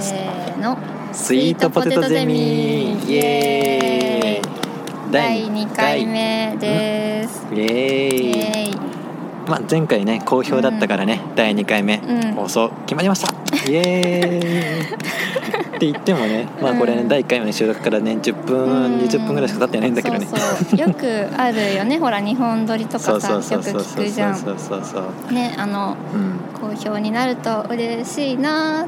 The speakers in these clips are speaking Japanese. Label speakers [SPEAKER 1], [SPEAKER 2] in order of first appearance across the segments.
[SPEAKER 1] せーの
[SPEAKER 2] スイートポテトゼミイエーイ
[SPEAKER 1] 第2回目です
[SPEAKER 2] イエ
[SPEAKER 1] イ
[SPEAKER 2] ーイ
[SPEAKER 1] エーイ
[SPEAKER 2] まあ、前回ね好評だったからね、第2回目、
[SPEAKER 1] うん
[SPEAKER 2] 放送決まりましたイエ ーイって言ってもね、まあ、これね、
[SPEAKER 1] うん
[SPEAKER 2] 第1回目の収録からね10分、
[SPEAKER 1] うん
[SPEAKER 2] 20分ぐらいしか経ってないんだけどね
[SPEAKER 1] そうそうよくあるよねほら日本撮りとかさよく聞くじゃん
[SPEAKER 2] そうそうそう
[SPEAKER 1] ねあの
[SPEAKER 2] うん
[SPEAKER 1] 好評になると嬉しいなっ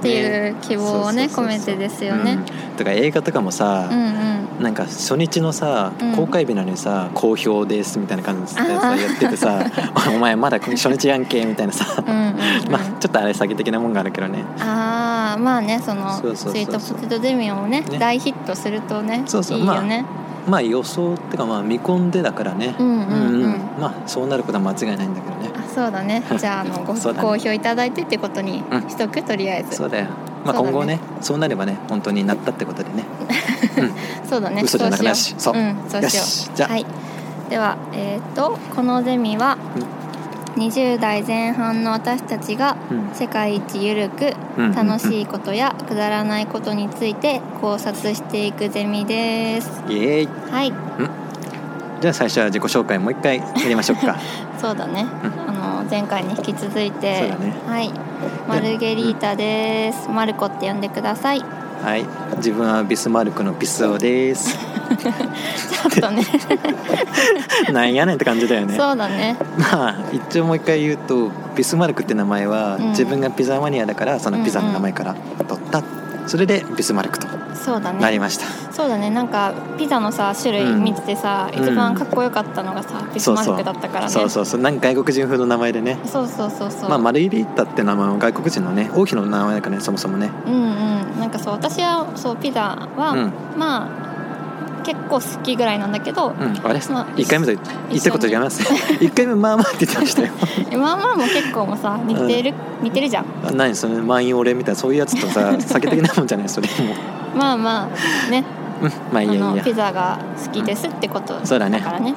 [SPEAKER 1] ていう希望をね
[SPEAKER 2] そうそうそうそう
[SPEAKER 1] 込めてですよね、
[SPEAKER 2] うんとか映画とかも
[SPEAKER 1] うん、
[SPEAKER 2] さ、
[SPEAKER 1] うん
[SPEAKER 2] なんか初日のさ、
[SPEAKER 1] うん
[SPEAKER 2] 公開日なのにさ好評ですみたいな感じで
[SPEAKER 1] あ
[SPEAKER 2] さ
[SPEAKER 1] ー
[SPEAKER 2] やっててさ 「お前まだ初日やんけ」みたいなさ、
[SPEAKER 1] うんうんうん
[SPEAKER 2] まあちょっとあれ詐欺的なもんがあるけどね
[SPEAKER 1] ああまあねその
[SPEAKER 2] そうそうそうそう
[SPEAKER 1] スイートポテトデミをね
[SPEAKER 2] ね
[SPEAKER 1] 大ヒットするとね
[SPEAKER 2] そうそう
[SPEAKER 1] いいよね、
[SPEAKER 2] まあ予想ってかまあ見込んでだからね
[SPEAKER 1] うんうんうん
[SPEAKER 2] まあそうなることは間違いないんだけどね
[SPEAKER 1] あ、そうだねじゃああのご
[SPEAKER 2] そうだね
[SPEAKER 1] 好評いただいてってことに
[SPEAKER 2] うん
[SPEAKER 1] しとく、とりあえず
[SPEAKER 2] そ
[SPEAKER 1] そう
[SPEAKER 2] うだよまあ
[SPEAKER 1] そうだね
[SPEAKER 2] 今後ねそうなればね本当になったってこ とでね
[SPEAKER 1] だね
[SPEAKER 2] 嘘じゃなくなるし
[SPEAKER 1] そうし
[SPEAKER 2] そ
[SPEAKER 1] よううんそう
[SPEAKER 2] よ
[SPEAKER 1] しよう
[SPEAKER 2] しじゃあ、
[SPEAKER 1] はい、では、えー、とこのゼミは20代前半の私たちが
[SPEAKER 2] うん
[SPEAKER 1] 世界一ゆるく
[SPEAKER 2] うん
[SPEAKER 1] 楽
[SPEAKER 2] うん
[SPEAKER 1] しいことやくだらないことについて考察していくゼミです。
[SPEAKER 2] イエーイ
[SPEAKER 1] はい
[SPEAKER 2] じゃあ最初は自己紹介もう一回やりましょう か
[SPEAKER 1] そうだね、
[SPEAKER 2] うん
[SPEAKER 1] あの前回に引き続いて、
[SPEAKER 2] そうだね
[SPEAKER 1] はいマルゲリータです、マルコって呼んでくださいち
[SPEAKER 2] はい自分はビスマルクのビスオです
[SPEAKER 1] ょっとね
[SPEAKER 2] なんやねんって感じだよね
[SPEAKER 1] そうだね
[SPEAKER 2] まあ一応もう一回言うとビスマルクって名前は、
[SPEAKER 1] うん
[SPEAKER 2] 自分がピザマニアだからそのピザの名前から取った、それでビスマルクと
[SPEAKER 1] そうだ
[SPEAKER 2] なり
[SPEAKER 1] ね
[SPEAKER 2] ました、
[SPEAKER 1] そうだねなんかピザのさ種類見ててさ、
[SPEAKER 2] うん
[SPEAKER 1] 一番かっこよかったのがさビスマルクだったからね
[SPEAKER 2] そうそうそうなんか外国人風の名前でね
[SPEAKER 1] そうそうそうそう
[SPEAKER 2] まあマルイリータって名前は外国人のね王妃の名前だからねそもそもね
[SPEAKER 1] うんうんなんかそう私はそうピザは、
[SPEAKER 2] うん、うん、
[SPEAKER 1] まあ結構好きぐらいなんだけど、
[SPEAKER 2] あれ、一
[SPEAKER 1] まあ
[SPEAKER 2] 1回目と言ったこと違い ます一回目まあまあって言ってましたよ
[SPEAKER 1] まあまあも結構もさ似てる、似てるじゃん
[SPEAKER 2] あ何その満員お礼みたいなそういうやつと さ酒的なもんじゃないそれも
[SPEAKER 1] まあまあね
[SPEAKER 2] う、うん、まあ
[SPEAKER 1] あ
[SPEAKER 2] いいやいい
[SPEAKER 1] の
[SPEAKER 2] や
[SPEAKER 1] ピザが好きですってこと
[SPEAKER 2] そうだね
[SPEAKER 1] からね。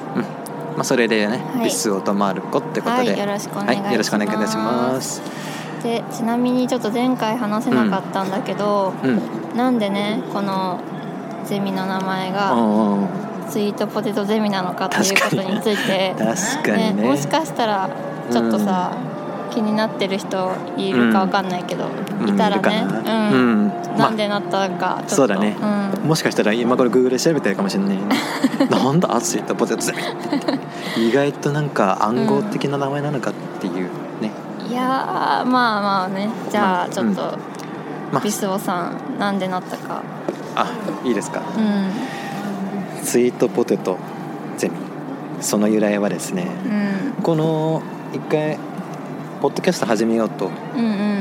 [SPEAKER 2] まあ、それでね、
[SPEAKER 1] はい
[SPEAKER 2] ビスオとマルコってこと
[SPEAKER 1] はい、
[SPEAKER 2] で、
[SPEAKER 1] よろしくお願いします。。
[SPEAKER 2] はい、よろしくお願いいたしますす。
[SPEAKER 1] で、ちなみにちょっと前回話せなかったんだけど、
[SPEAKER 2] うん、
[SPEAKER 1] なんでねこのゼミの名前が
[SPEAKER 2] うんうんうん、
[SPEAKER 1] スイートポテトゼミなのかということについて、
[SPEAKER 2] 確かにね。
[SPEAKER 1] もしかしたらちょっとさ、気になってる人いるかわかんないけど、
[SPEAKER 2] うん
[SPEAKER 1] いたら
[SPEAKER 2] るか
[SPEAKER 1] ね、
[SPEAKER 2] な
[SPEAKER 1] うん、
[SPEAKER 2] うん、
[SPEAKER 1] な
[SPEAKER 2] ま
[SPEAKER 1] んでなったのかちょっと
[SPEAKER 2] そうだね
[SPEAKER 1] うん
[SPEAKER 2] あ、もしかしたら今頃 Google で調べてるかもしれない ね。なんだ熱いとポテトゼミ。意外となんか暗号的な名前なのかっていうね。
[SPEAKER 1] いやーまあまあねじゃ
[SPEAKER 2] ま
[SPEAKER 1] あ
[SPEAKER 2] あ
[SPEAKER 1] ちょっと、
[SPEAKER 2] まあ
[SPEAKER 1] ビスオさんなんでなったか
[SPEAKER 2] あ、いいですか。
[SPEAKER 1] うん
[SPEAKER 2] スイートポテトゼミ。その由来はですね、
[SPEAKER 1] うん
[SPEAKER 2] この一回ポッドキャスト始めようと。
[SPEAKER 1] うんうん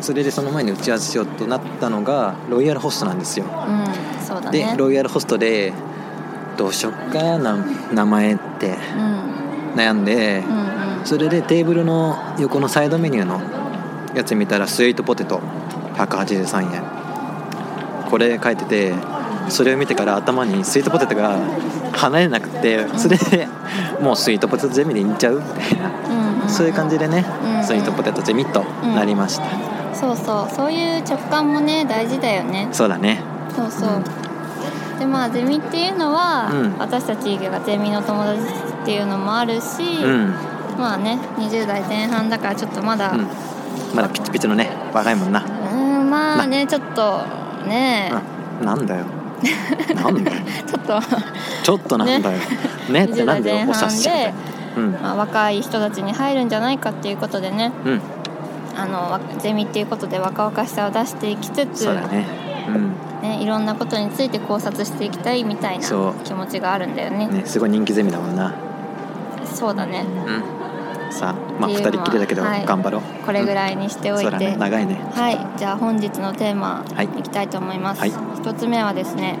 [SPEAKER 2] それでその前に打ち合わせしようとなったのがロイヤルホストなんですよ。
[SPEAKER 1] うんそうだ
[SPEAKER 2] で
[SPEAKER 1] ね
[SPEAKER 2] ロイヤルホストでどうしよっかな名前って
[SPEAKER 1] うんうん
[SPEAKER 2] 悩んで
[SPEAKER 1] うん
[SPEAKER 2] それでテーブルの横のサイドメニューのやつ見たらスイートポテト183円これ書いててそれを見てから頭にスイートポテトが離れなくてそれでもうスイートポテトゼミでいっちゃうみたいな
[SPEAKER 1] うんうん
[SPEAKER 2] そういう感じでね
[SPEAKER 1] うん
[SPEAKER 2] スイートポテトゼミとなりました
[SPEAKER 1] そうそうそういう直感もね大事だよね
[SPEAKER 2] そうだね
[SPEAKER 1] そうそうでまあゼミっていうのは、
[SPEAKER 2] うん
[SPEAKER 1] 私たちがゼミの友達っていうのもあるし、
[SPEAKER 2] うん
[SPEAKER 1] まあね20代前半だからちょっとまだ、
[SPEAKER 2] うんまだピチピチのね若いもんな
[SPEAKER 1] うんまあねちょっとね、
[SPEAKER 2] うんなんだよなんだよ
[SPEAKER 1] ちょっと、
[SPEAKER 2] ちょっとなんだよねって
[SPEAKER 1] 20
[SPEAKER 2] な
[SPEAKER 1] 代
[SPEAKER 2] んだ
[SPEAKER 1] 前
[SPEAKER 2] よお察
[SPEAKER 1] 半
[SPEAKER 2] しみたい
[SPEAKER 1] で
[SPEAKER 2] な、うん
[SPEAKER 1] まあ、若い人たちに入るんじゃないかっていうことでね
[SPEAKER 2] うん
[SPEAKER 1] あのわゼミっていうことで若々しさを出していきつつ、
[SPEAKER 2] そうだね
[SPEAKER 1] ね、いろんなことについて考察していきたいみたいな
[SPEAKER 2] そう
[SPEAKER 1] 気持ちがあるんだよね
[SPEAKER 2] うんねすごい人気ゼミだもんな
[SPEAKER 1] そうだね
[SPEAKER 2] うんさあまあ
[SPEAKER 1] ってい
[SPEAKER 2] 二
[SPEAKER 1] うのは
[SPEAKER 2] 人っきりだけど
[SPEAKER 1] はい
[SPEAKER 2] 頑張ろう
[SPEAKER 1] これぐ
[SPEAKER 2] い
[SPEAKER 1] らいにしておい
[SPEAKER 2] そうだ
[SPEAKER 1] て、
[SPEAKER 2] ね長いね
[SPEAKER 1] はいじゃあ本日のテーマ
[SPEAKER 2] はい
[SPEAKER 1] いきたいと思います、
[SPEAKER 2] はい
[SPEAKER 1] 一つ目はですね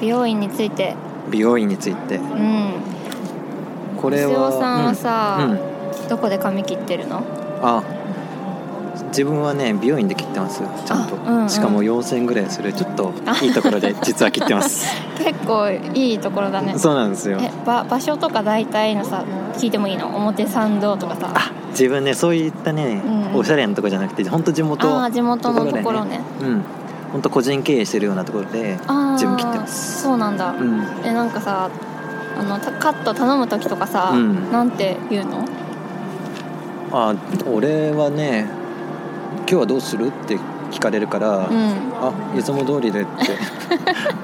[SPEAKER 1] 美容院について
[SPEAKER 2] 美容院について
[SPEAKER 1] うん
[SPEAKER 2] これ
[SPEAKER 1] 瀬尾
[SPEAKER 2] は
[SPEAKER 1] さんはさ
[SPEAKER 2] うんうん
[SPEAKER 1] どこで髪切ってるの
[SPEAKER 2] あ自分はね美容院で切ってますよちゃんと、
[SPEAKER 1] あうんうん
[SPEAKER 2] しかも4000円ぐらいするちょっといいところで実は切ってます
[SPEAKER 1] 結構いいところ だね
[SPEAKER 2] そうなんですよ
[SPEAKER 1] えば場所とか大体のさ聞いてもいいの表参道とかさ
[SPEAKER 2] 自分ねそういったね、
[SPEAKER 1] うんうん
[SPEAKER 2] おしゃれなとこじゃなくて本当地元
[SPEAKER 1] ああ地元のところね
[SPEAKER 2] うん本当個人経営してるようなところで
[SPEAKER 1] ああ
[SPEAKER 2] 自分切ってます
[SPEAKER 1] そうなんだ、
[SPEAKER 2] うん
[SPEAKER 1] えなんかさあのたカット頼む時とかさ、
[SPEAKER 2] うん
[SPEAKER 1] なんて言うの
[SPEAKER 2] あ俺はね今日はどうするって聞かれるから、
[SPEAKER 1] うん
[SPEAKER 2] あいつも通りでって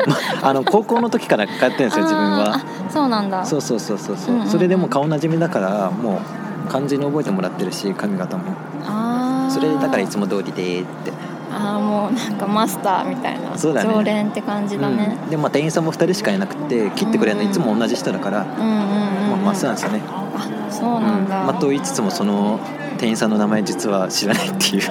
[SPEAKER 2] まあの高校の時から通ってるんですよ自分
[SPEAKER 1] あ
[SPEAKER 2] は
[SPEAKER 1] ーあそうなんだ
[SPEAKER 2] そうそうそうそうそう、
[SPEAKER 1] うんうんうん
[SPEAKER 2] それでもう顔なじみだからもう完全に覚えてもらってるし髪型も
[SPEAKER 1] ああ
[SPEAKER 2] それだからいつも通りでって
[SPEAKER 1] ああもうなんかマスターみたいな
[SPEAKER 2] そうだね
[SPEAKER 1] 常連って感じだね、
[SPEAKER 2] うん、でまあ店員さんも2人しかいなくて切ってくれるの
[SPEAKER 1] うん
[SPEAKER 2] いつも同じ人だから、
[SPEAKER 1] うん、うんうんうん、
[SPEAKER 2] まあ、マスなん
[SPEAKER 1] あ
[SPEAKER 2] ですよね、
[SPEAKER 1] そうなんだ、
[SPEAKER 2] まあ、と言いつつもその店員さんの名前実は知らないっていう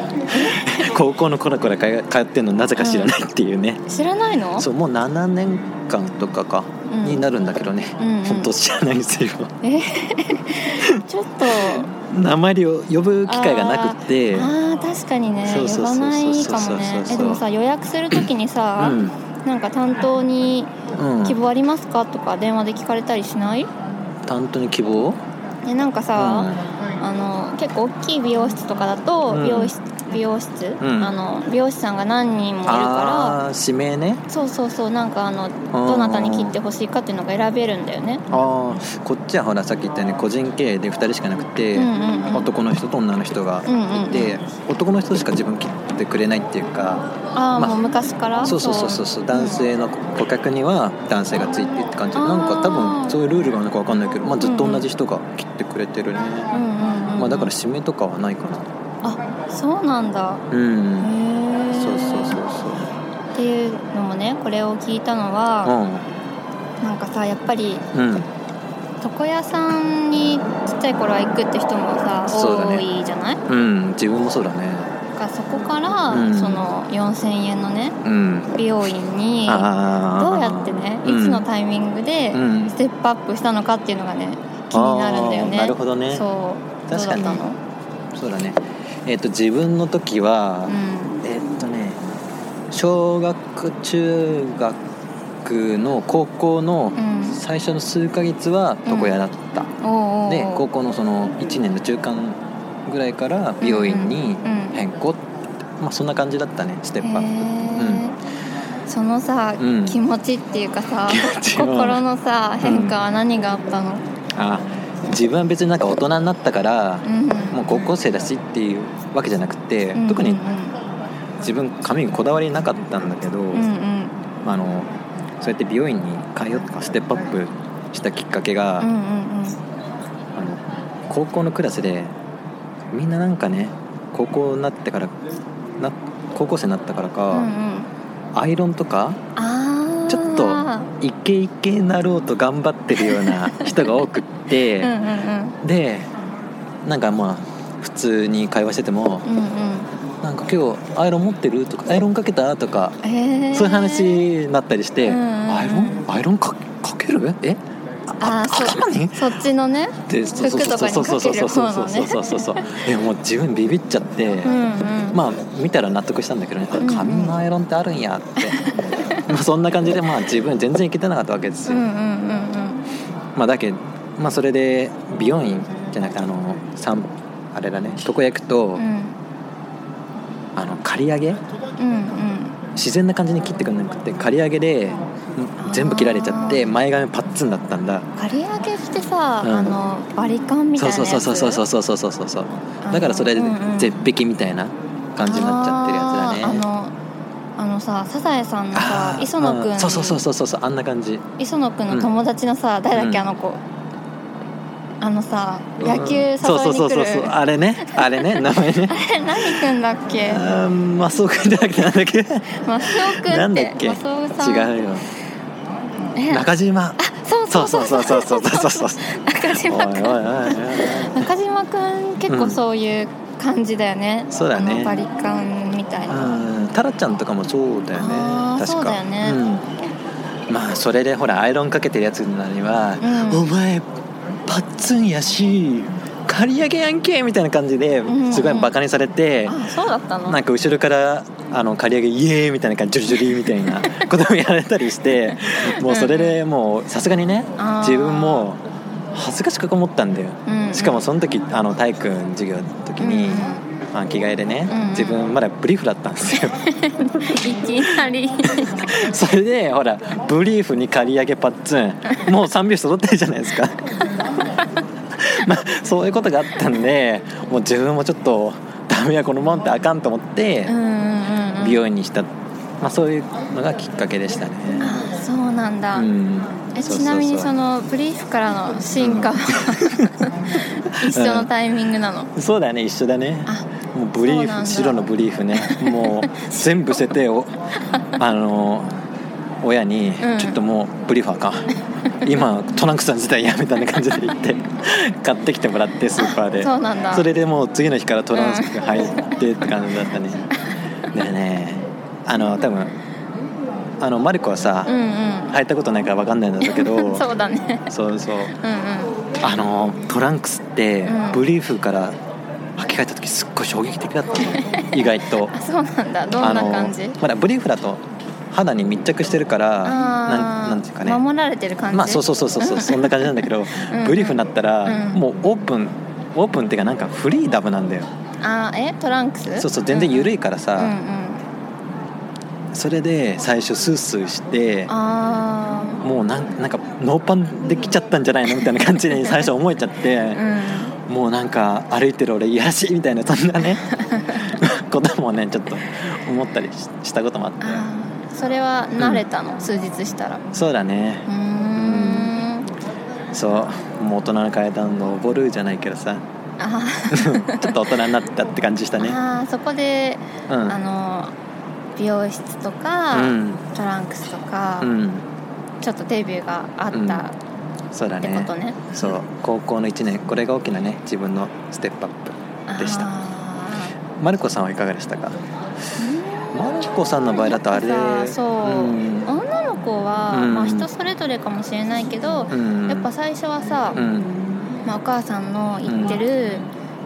[SPEAKER 2] 高校の頃から通通ってんのなぜか知らないっていうね、
[SPEAKER 1] 知らないの
[SPEAKER 2] そうもう7年間とかか、
[SPEAKER 1] うん
[SPEAKER 2] になるんだけどね、
[SPEAKER 1] うんうん
[SPEAKER 2] 本当知らないんですよ
[SPEAKER 1] え ちょっと
[SPEAKER 2] 名前を呼ぶ機会がなくて
[SPEAKER 1] ああ確かにね
[SPEAKER 2] そうそうそうそう
[SPEAKER 1] 呼ばないかもねえでもさ予約するときにさ、
[SPEAKER 2] うん
[SPEAKER 1] なんか担当に
[SPEAKER 2] うん
[SPEAKER 1] 希望ありますかとか電話で聞かれたりしない
[SPEAKER 2] 担当に希望
[SPEAKER 1] えなんか
[SPEAKER 2] うん
[SPEAKER 1] さ、あの結構大きい美容室とかだと、
[SPEAKER 2] うん
[SPEAKER 1] 美容室美容室、
[SPEAKER 2] うん
[SPEAKER 1] あの美容師さんが何人もいるか
[SPEAKER 2] ああ指名ね
[SPEAKER 1] らそうそうそうなんかあのどなたに切ってほしいかっていうのが選べるんだよね
[SPEAKER 2] ああこっちはほらさっき言ったように個人経営で2人しかなくて、
[SPEAKER 1] うんうんうん
[SPEAKER 2] 男の人と女の人がいて、男の人しか自分切ってくれないっていうか
[SPEAKER 1] ああ、
[SPEAKER 2] まあ
[SPEAKER 1] もう昔から
[SPEAKER 2] そうそうそうそうそう男性の顧客には男性がついてって感じ
[SPEAKER 1] あー
[SPEAKER 2] なんか多分そういうルールがあるのか分かんないけど、まあ、ずっと同じ人が切ってくれてるね、
[SPEAKER 1] うんうんうんうん
[SPEAKER 2] まあ、だから指名とかはないかな
[SPEAKER 1] あそうなんだ
[SPEAKER 2] う
[SPEAKER 1] へ
[SPEAKER 2] ん、
[SPEAKER 1] え
[SPEAKER 2] そうそうそう
[SPEAKER 1] っていうのもねこれを聞いたのは、
[SPEAKER 2] そ
[SPEAKER 1] なんかさやっぱり
[SPEAKER 2] ううんうん
[SPEAKER 1] 床屋さんにちっちゃい頃は行くって人もさ、
[SPEAKER 2] そうだね
[SPEAKER 1] 多いじゃない
[SPEAKER 2] うん自分もそうだね
[SPEAKER 1] だからそこから、
[SPEAKER 2] うん
[SPEAKER 1] その4000円のね
[SPEAKER 2] うん
[SPEAKER 1] 美容院に
[SPEAKER 2] ああ
[SPEAKER 1] どうやってねいつのタイミングで
[SPEAKER 2] うん
[SPEAKER 1] ステップアップしたのかっていうのがね気になるんだよね
[SPEAKER 2] あーなるほどね
[SPEAKER 1] そう
[SPEAKER 2] 確かに
[SPEAKER 1] どうだっ
[SPEAKER 2] そうだねえっ、と自分の時は、
[SPEAKER 1] たのうん
[SPEAKER 2] えっとね小学中学の高校の
[SPEAKER 1] うん
[SPEAKER 2] 最初の数ヶ月は床屋だった、
[SPEAKER 1] おうおうおう
[SPEAKER 2] で高校のその1年の中間ぐらいから美容院に
[SPEAKER 1] うん
[SPEAKER 2] 変更、まあ、そんな感じだったねステップアップ
[SPEAKER 1] へーそのさ、
[SPEAKER 2] うん
[SPEAKER 1] 気持ちっていうかさ
[SPEAKER 2] 気持ちは
[SPEAKER 1] 心のさ変化は何があったの、
[SPEAKER 2] あ自分は別になんか大人になったから、
[SPEAKER 1] うん、
[SPEAKER 2] もう高校生だしっていうわけじゃなくて、
[SPEAKER 1] うん
[SPEAKER 2] 特
[SPEAKER 1] う
[SPEAKER 2] に
[SPEAKER 1] ん
[SPEAKER 2] 自分髪にこだわりなかったんだけど、
[SPEAKER 1] うんうん
[SPEAKER 2] あのそうやって美容院に通ったステップアップしたきっかけが、
[SPEAKER 1] うんうん
[SPEAKER 2] あの高校のクラスでみんななんかね高校になってからな高校生になったから
[SPEAKER 1] うんう
[SPEAKER 2] か、
[SPEAKER 1] んうん
[SPEAKER 2] アイロンとか
[SPEAKER 1] あー
[SPEAKER 2] ちょっとイケイケになろうと頑張ってるような人が多くっ
[SPEAKER 1] うんうん
[SPEAKER 2] て、
[SPEAKER 1] うん
[SPEAKER 2] でなんかまあ普通に会話してても
[SPEAKER 1] うん
[SPEAKER 2] 「なんか今日アイロン持ってる?」とか「アイロンかけた?」とか
[SPEAKER 1] うんへー
[SPEAKER 2] そういう話になったりして「
[SPEAKER 1] うんうん
[SPEAKER 2] アイロンアイロンかかけるえ
[SPEAKER 1] あー
[SPEAKER 2] かかに
[SPEAKER 1] そそっちのね
[SPEAKER 2] でそうそうそうそうそうそうそうそうそうそうそうえもう自分ビビっちゃって、
[SPEAKER 1] うんうん
[SPEAKER 2] まあ見たら納得したんだけどねあ
[SPEAKER 1] うんうん
[SPEAKER 2] 髪のアイロンってあるんやって まあそんな感じでまあ自分全然いけてなかったわけです
[SPEAKER 1] う
[SPEAKER 2] よ、
[SPEAKER 1] んうんうん
[SPEAKER 2] まあだけどまあそれで美容院じゃなくてあのさんあれだね床屋行くと、
[SPEAKER 1] うんうん
[SPEAKER 2] あの刈り上げ
[SPEAKER 1] うん
[SPEAKER 2] 自然な感じに切ってくれなくて刈り上げでん全部切られちゃって前髪パッツンだったんだ
[SPEAKER 1] うん刈り上げしてさ、
[SPEAKER 2] うん
[SPEAKER 1] あの割り勘みた
[SPEAKER 2] そ
[SPEAKER 1] いうな
[SPEAKER 2] そう
[SPEAKER 1] やつ
[SPEAKER 2] そうそうそうそうそうそうそうそうだからそれで
[SPEAKER 1] うんうん
[SPEAKER 2] 絶壁みたいな感じになっちゃってるやつだね
[SPEAKER 1] あーあのあのさサザエさんのさ
[SPEAKER 2] あー
[SPEAKER 1] 磯野く
[SPEAKER 2] うんんそうそうそうそうそうそうあんな感じ
[SPEAKER 1] 磯野くんの友達のさ、誰だっけ
[SPEAKER 2] う
[SPEAKER 1] あ
[SPEAKER 2] ん
[SPEAKER 1] の子あのさ野球誘いに来る、
[SPEAKER 2] そうそうそうそうそうあれねあれね名前ね
[SPEAKER 1] え何くんだっけ
[SPEAKER 2] あーマスオ君じゃなくてなんだっけ
[SPEAKER 1] マスオくんって
[SPEAKER 2] なんだっけ
[SPEAKER 1] マスオさん
[SPEAKER 2] 違うよ
[SPEAKER 1] え
[SPEAKER 2] 中島
[SPEAKER 1] そう
[SPEAKER 2] そ
[SPEAKER 1] そうう
[SPEAKER 2] そ
[SPEAKER 1] そううそ
[SPEAKER 2] そ
[SPEAKER 1] うう
[SPEAKER 2] そうそうそうそう
[SPEAKER 1] 中
[SPEAKER 2] おいおい
[SPEAKER 1] 島くん
[SPEAKER 2] おいおい
[SPEAKER 1] 中島くん結構そういう感じだよね、
[SPEAKER 2] そうだね
[SPEAKER 1] あのバリカンみたいな
[SPEAKER 2] うんタラちゃんとかもそうだよね
[SPEAKER 1] あー
[SPEAKER 2] 確か
[SPEAKER 1] そうだよね
[SPEAKER 2] うん、まあそれでほらアイロンかけてるやつなのには「
[SPEAKER 1] うん
[SPEAKER 2] お前パッツンやし刈り上げやんけ」みたいな感じで
[SPEAKER 1] うんうん
[SPEAKER 2] すごいバカにされて、
[SPEAKER 1] あそうだったの
[SPEAKER 2] なんか後ろからあの刈り上げイエーイみたいな感じジュリジュリみたいな ことをやられたりしてもうそれでもうさすがにね
[SPEAKER 1] あー
[SPEAKER 2] 自分も恥ずかしく思ったんだよ、
[SPEAKER 1] うんうん
[SPEAKER 2] しかもその時あの体育の授業の時に、あ着替えでね、
[SPEAKER 1] うんうん
[SPEAKER 2] 自分まだブリーフだったんです よ
[SPEAKER 1] いきなり
[SPEAKER 2] それでほらブリーフに刈り上げパッ ツンもう3拍子揃ってるじゃないですかまあそういうことがあったんでもう自分もちょっとダメやこのままってあかんと思って
[SPEAKER 1] うんうんうん
[SPEAKER 2] 美容院にした、まあ、そういうのがきっかけでしたね、
[SPEAKER 1] あそうなんだ、
[SPEAKER 2] うん、
[SPEAKER 1] え
[SPEAKER 2] そうそうそう
[SPEAKER 1] ちなみにそのブリーフからの進化は一緒のタイミングなの、
[SPEAKER 2] そうだね一緒だね
[SPEAKER 1] あ
[SPEAKER 2] もうブリ
[SPEAKER 1] そう
[SPEAKER 2] ー
[SPEAKER 1] なん
[SPEAKER 2] フ
[SPEAKER 1] だ
[SPEAKER 2] 白のブリーフねもう全部 捨てておあの親に、
[SPEAKER 1] うん
[SPEAKER 2] ちょっともうブリーフあ かん今トランクさん自体やめたいな感じで言って買ってきてもらってスーパーで
[SPEAKER 1] そうなんだ
[SPEAKER 2] それでもう次の日からトランクが入ってって感じだっ たね、だよねあの多分あのマリコはさ、
[SPEAKER 1] うんうん
[SPEAKER 2] 履いたことないから分かんないんだけど
[SPEAKER 1] そうだね
[SPEAKER 2] そうそう
[SPEAKER 1] うん
[SPEAKER 2] あのトランクスって
[SPEAKER 1] うん
[SPEAKER 2] ブリーフから履き替えた時すっごい衝撃的だった の意外と
[SPEAKER 1] うんそうなんだどんな感じ
[SPEAKER 2] あのまだブリーフだと肌に密着してるから
[SPEAKER 1] あ
[SPEAKER 2] な
[SPEAKER 1] ー
[SPEAKER 2] んなんていうかね
[SPEAKER 1] 守られてる感じ
[SPEAKER 2] まあそうそうそうそ うそうそんな感じなんだけど
[SPEAKER 1] ん
[SPEAKER 2] ブリーフになったら
[SPEAKER 1] うん
[SPEAKER 2] もうオープンオープンっていうかなんかフリーダムなんだよ
[SPEAKER 1] あーえトランクス
[SPEAKER 2] そうそう全然緩いから
[SPEAKER 1] うんうん
[SPEAKER 2] さ、それで最初スースーして
[SPEAKER 1] あ
[SPEAKER 2] もうなんなんかノーパンできちゃったんじゃないのみたいな感じ に最初思えちゃって、
[SPEAKER 1] あうん
[SPEAKER 2] もうなんか歩いてる俺いやらしいみたいなそん なねこともねちょっと思ったりししたこともあって
[SPEAKER 1] あーそれは慣れたの、数日したらう
[SPEAKER 2] そうだね
[SPEAKER 1] ーん
[SPEAKER 2] そうもう大人の階段の登るじゃないけど さ
[SPEAKER 1] あ
[SPEAKER 2] ちょっと大人になったって感じした
[SPEAKER 1] ー、
[SPEAKER 2] ね
[SPEAKER 1] あーそこで、
[SPEAKER 2] う
[SPEAKER 1] あ
[SPEAKER 2] ん
[SPEAKER 1] の美容室とか、
[SPEAKER 2] うん
[SPEAKER 1] トランクスとか、
[SPEAKER 2] うん
[SPEAKER 1] ちょっとデビューがあった
[SPEAKER 2] そうだ
[SPEAKER 1] って
[SPEAKER 2] ね
[SPEAKER 1] ことね、
[SPEAKER 2] そう高校の1年これが大きなね自分のステップアップでした
[SPEAKER 1] あ
[SPEAKER 2] マルコさんはいかがでしたか
[SPEAKER 1] ー
[SPEAKER 2] マルコさんの場合だとあれ
[SPEAKER 1] なんかさそう、
[SPEAKER 2] ん
[SPEAKER 1] 女の子は、
[SPEAKER 2] うん
[SPEAKER 1] まあ、人それぞれかもしれないけど、
[SPEAKER 2] うん
[SPEAKER 1] やっぱ最初はさ、
[SPEAKER 2] うん
[SPEAKER 1] まあ、お母さんの行ってる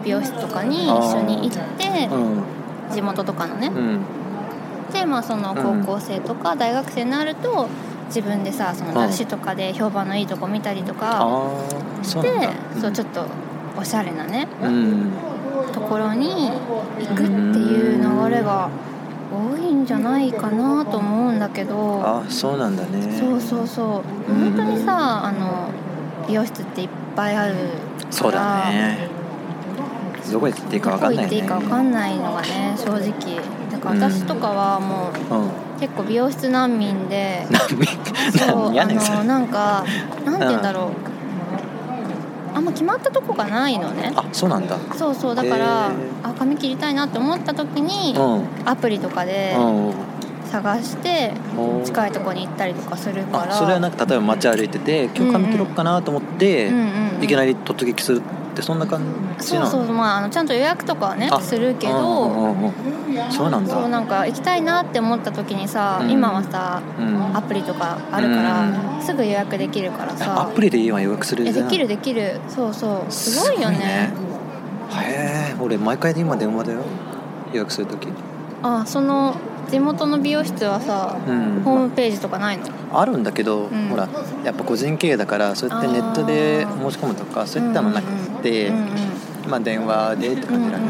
[SPEAKER 1] 美容室とかに一
[SPEAKER 2] あー
[SPEAKER 1] 緒に行って
[SPEAKER 2] うん
[SPEAKER 1] 地元とかのね、
[SPEAKER 2] うん
[SPEAKER 1] で、まあ、その
[SPEAKER 2] うん
[SPEAKER 1] 高校生とか大学生になると自分でさその雑誌とかで評判のいいとこ見たりとか
[SPEAKER 2] ああそう
[SPEAKER 1] で
[SPEAKER 2] なんだ
[SPEAKER 1] そうちょ
[SPEAKER 2] っ
[SPEAKER 1] っとおしゃれなね
[SPEAKER 2] とうん
[SPEAKER 1] ところに行くっていう流れが多いんじゃないかなと思うんだけど。
[SPEAKER 2] あそうなんだね
[SPEAKER 1] そうそうそう
[SPEAKER 2] うん
[SPEAKER 1] 本当にさあの美容室っていっぱいある
[SPEAKER 2] そうだねどこ行っていいか
[SPEAKER 1] ど
[SPEAKER 2] 分か
[SPEAKER 1] こ
[SPEAKER 2] んな
[SPEAKER 1] 行
[SPEAKER 2] い
[SPEAKER 1] っていいか分か
[SPEAKER 2] ね
[SPEAKER 1] んないのがね正直だから私とかはもう
[SPEAKER 2] うん
[SPEAKER 1] 結構美容室難民でそう
[SPEAKER 2] 何や
[SPEAKER 1] あ
[SPEAKER 2] ねんそれ
[SPEAKER 1] のなんかなんて言うんだろうあんま決まったとこがないのね
[SPEAKER 2] あそうなんだ
[SPEAKER 1] そうそうだから
[SPEAKER 2] へー
[SPEAKER 1] あ髪切りたいなって思った時に
[SPEAKER 2] うん
[SPEAKER 1] アプリとかで
[SPEAKER 2] うん
[SPEAKER 1] 探して
[SPEAKER 2] おー
[SPEAKER 1] 近いとこに行ったりとかするか
[SPEAKER 2] あ
[SPEAKER 1] ら
[SPEAKER 2] それはなんか例えば街歩いてて今日髪切ろうかなと思って
[SPEAKER 1] うんうんうん
[SPEAKER 2] いきなり突撃するってそんな感じ
[SPEAKER 1] そ
[SPEAKER 2] な
[SPEAKER 1] う
[SPEAKER 2] の
[SPEAKER 1] そうまああのちゃんと予約とかはね
[SPEAKER 2] あ
[SPEAKER 1] するけ
[SPEAKER 2] うんう
[SPEAKER 1] ど
[SPEAKER 2] んうんうんそうなん
[SPEAKER 1] そう
[SPEAKER 2] だ
[SPEAKER 1] なんか行きたいなって思った時にさ、
[SPEAKER 2] うん
[SPEAKER 1] 今はさ
[SPEAKER 2] うん
[SPEAKER 1] アプリとかあるから、
[SPEAKER 2] う
[SPEAKER 1] すぐ予約できるからさ
[SPEAKER 2] アプリで今予約する
[SPEAKER 1] え
[SPEAKER 2] じ
[SPEAKER 1] で
[SPEAKER 2] ゃん
[SPEAKER 1] きるできるそうそうすごいよね
[SPEAKER 2] すごいねへえ俺毎回今電話だよ予約するとき
[SPEAKER 1] あその地元の美容室はさ、
[SPEAKER 2] うん
[SPEAKER 1] ホームページとかないの
[SPEAKER 2] あるんだけど、
[SPEAKER 1] ん
[SPEAKER 2] ほらやっぱ個人経営だからそうやってネットで申し込むとかそういったのなくて、
[SPEAKER 1] うんうん
[SPEAKER 2] まあ電話でって
[SPEAKER 1] うんう
[SPEAKER 2] 感じ
[SPEAKER 1] ん
[SPEAKER 2] だね、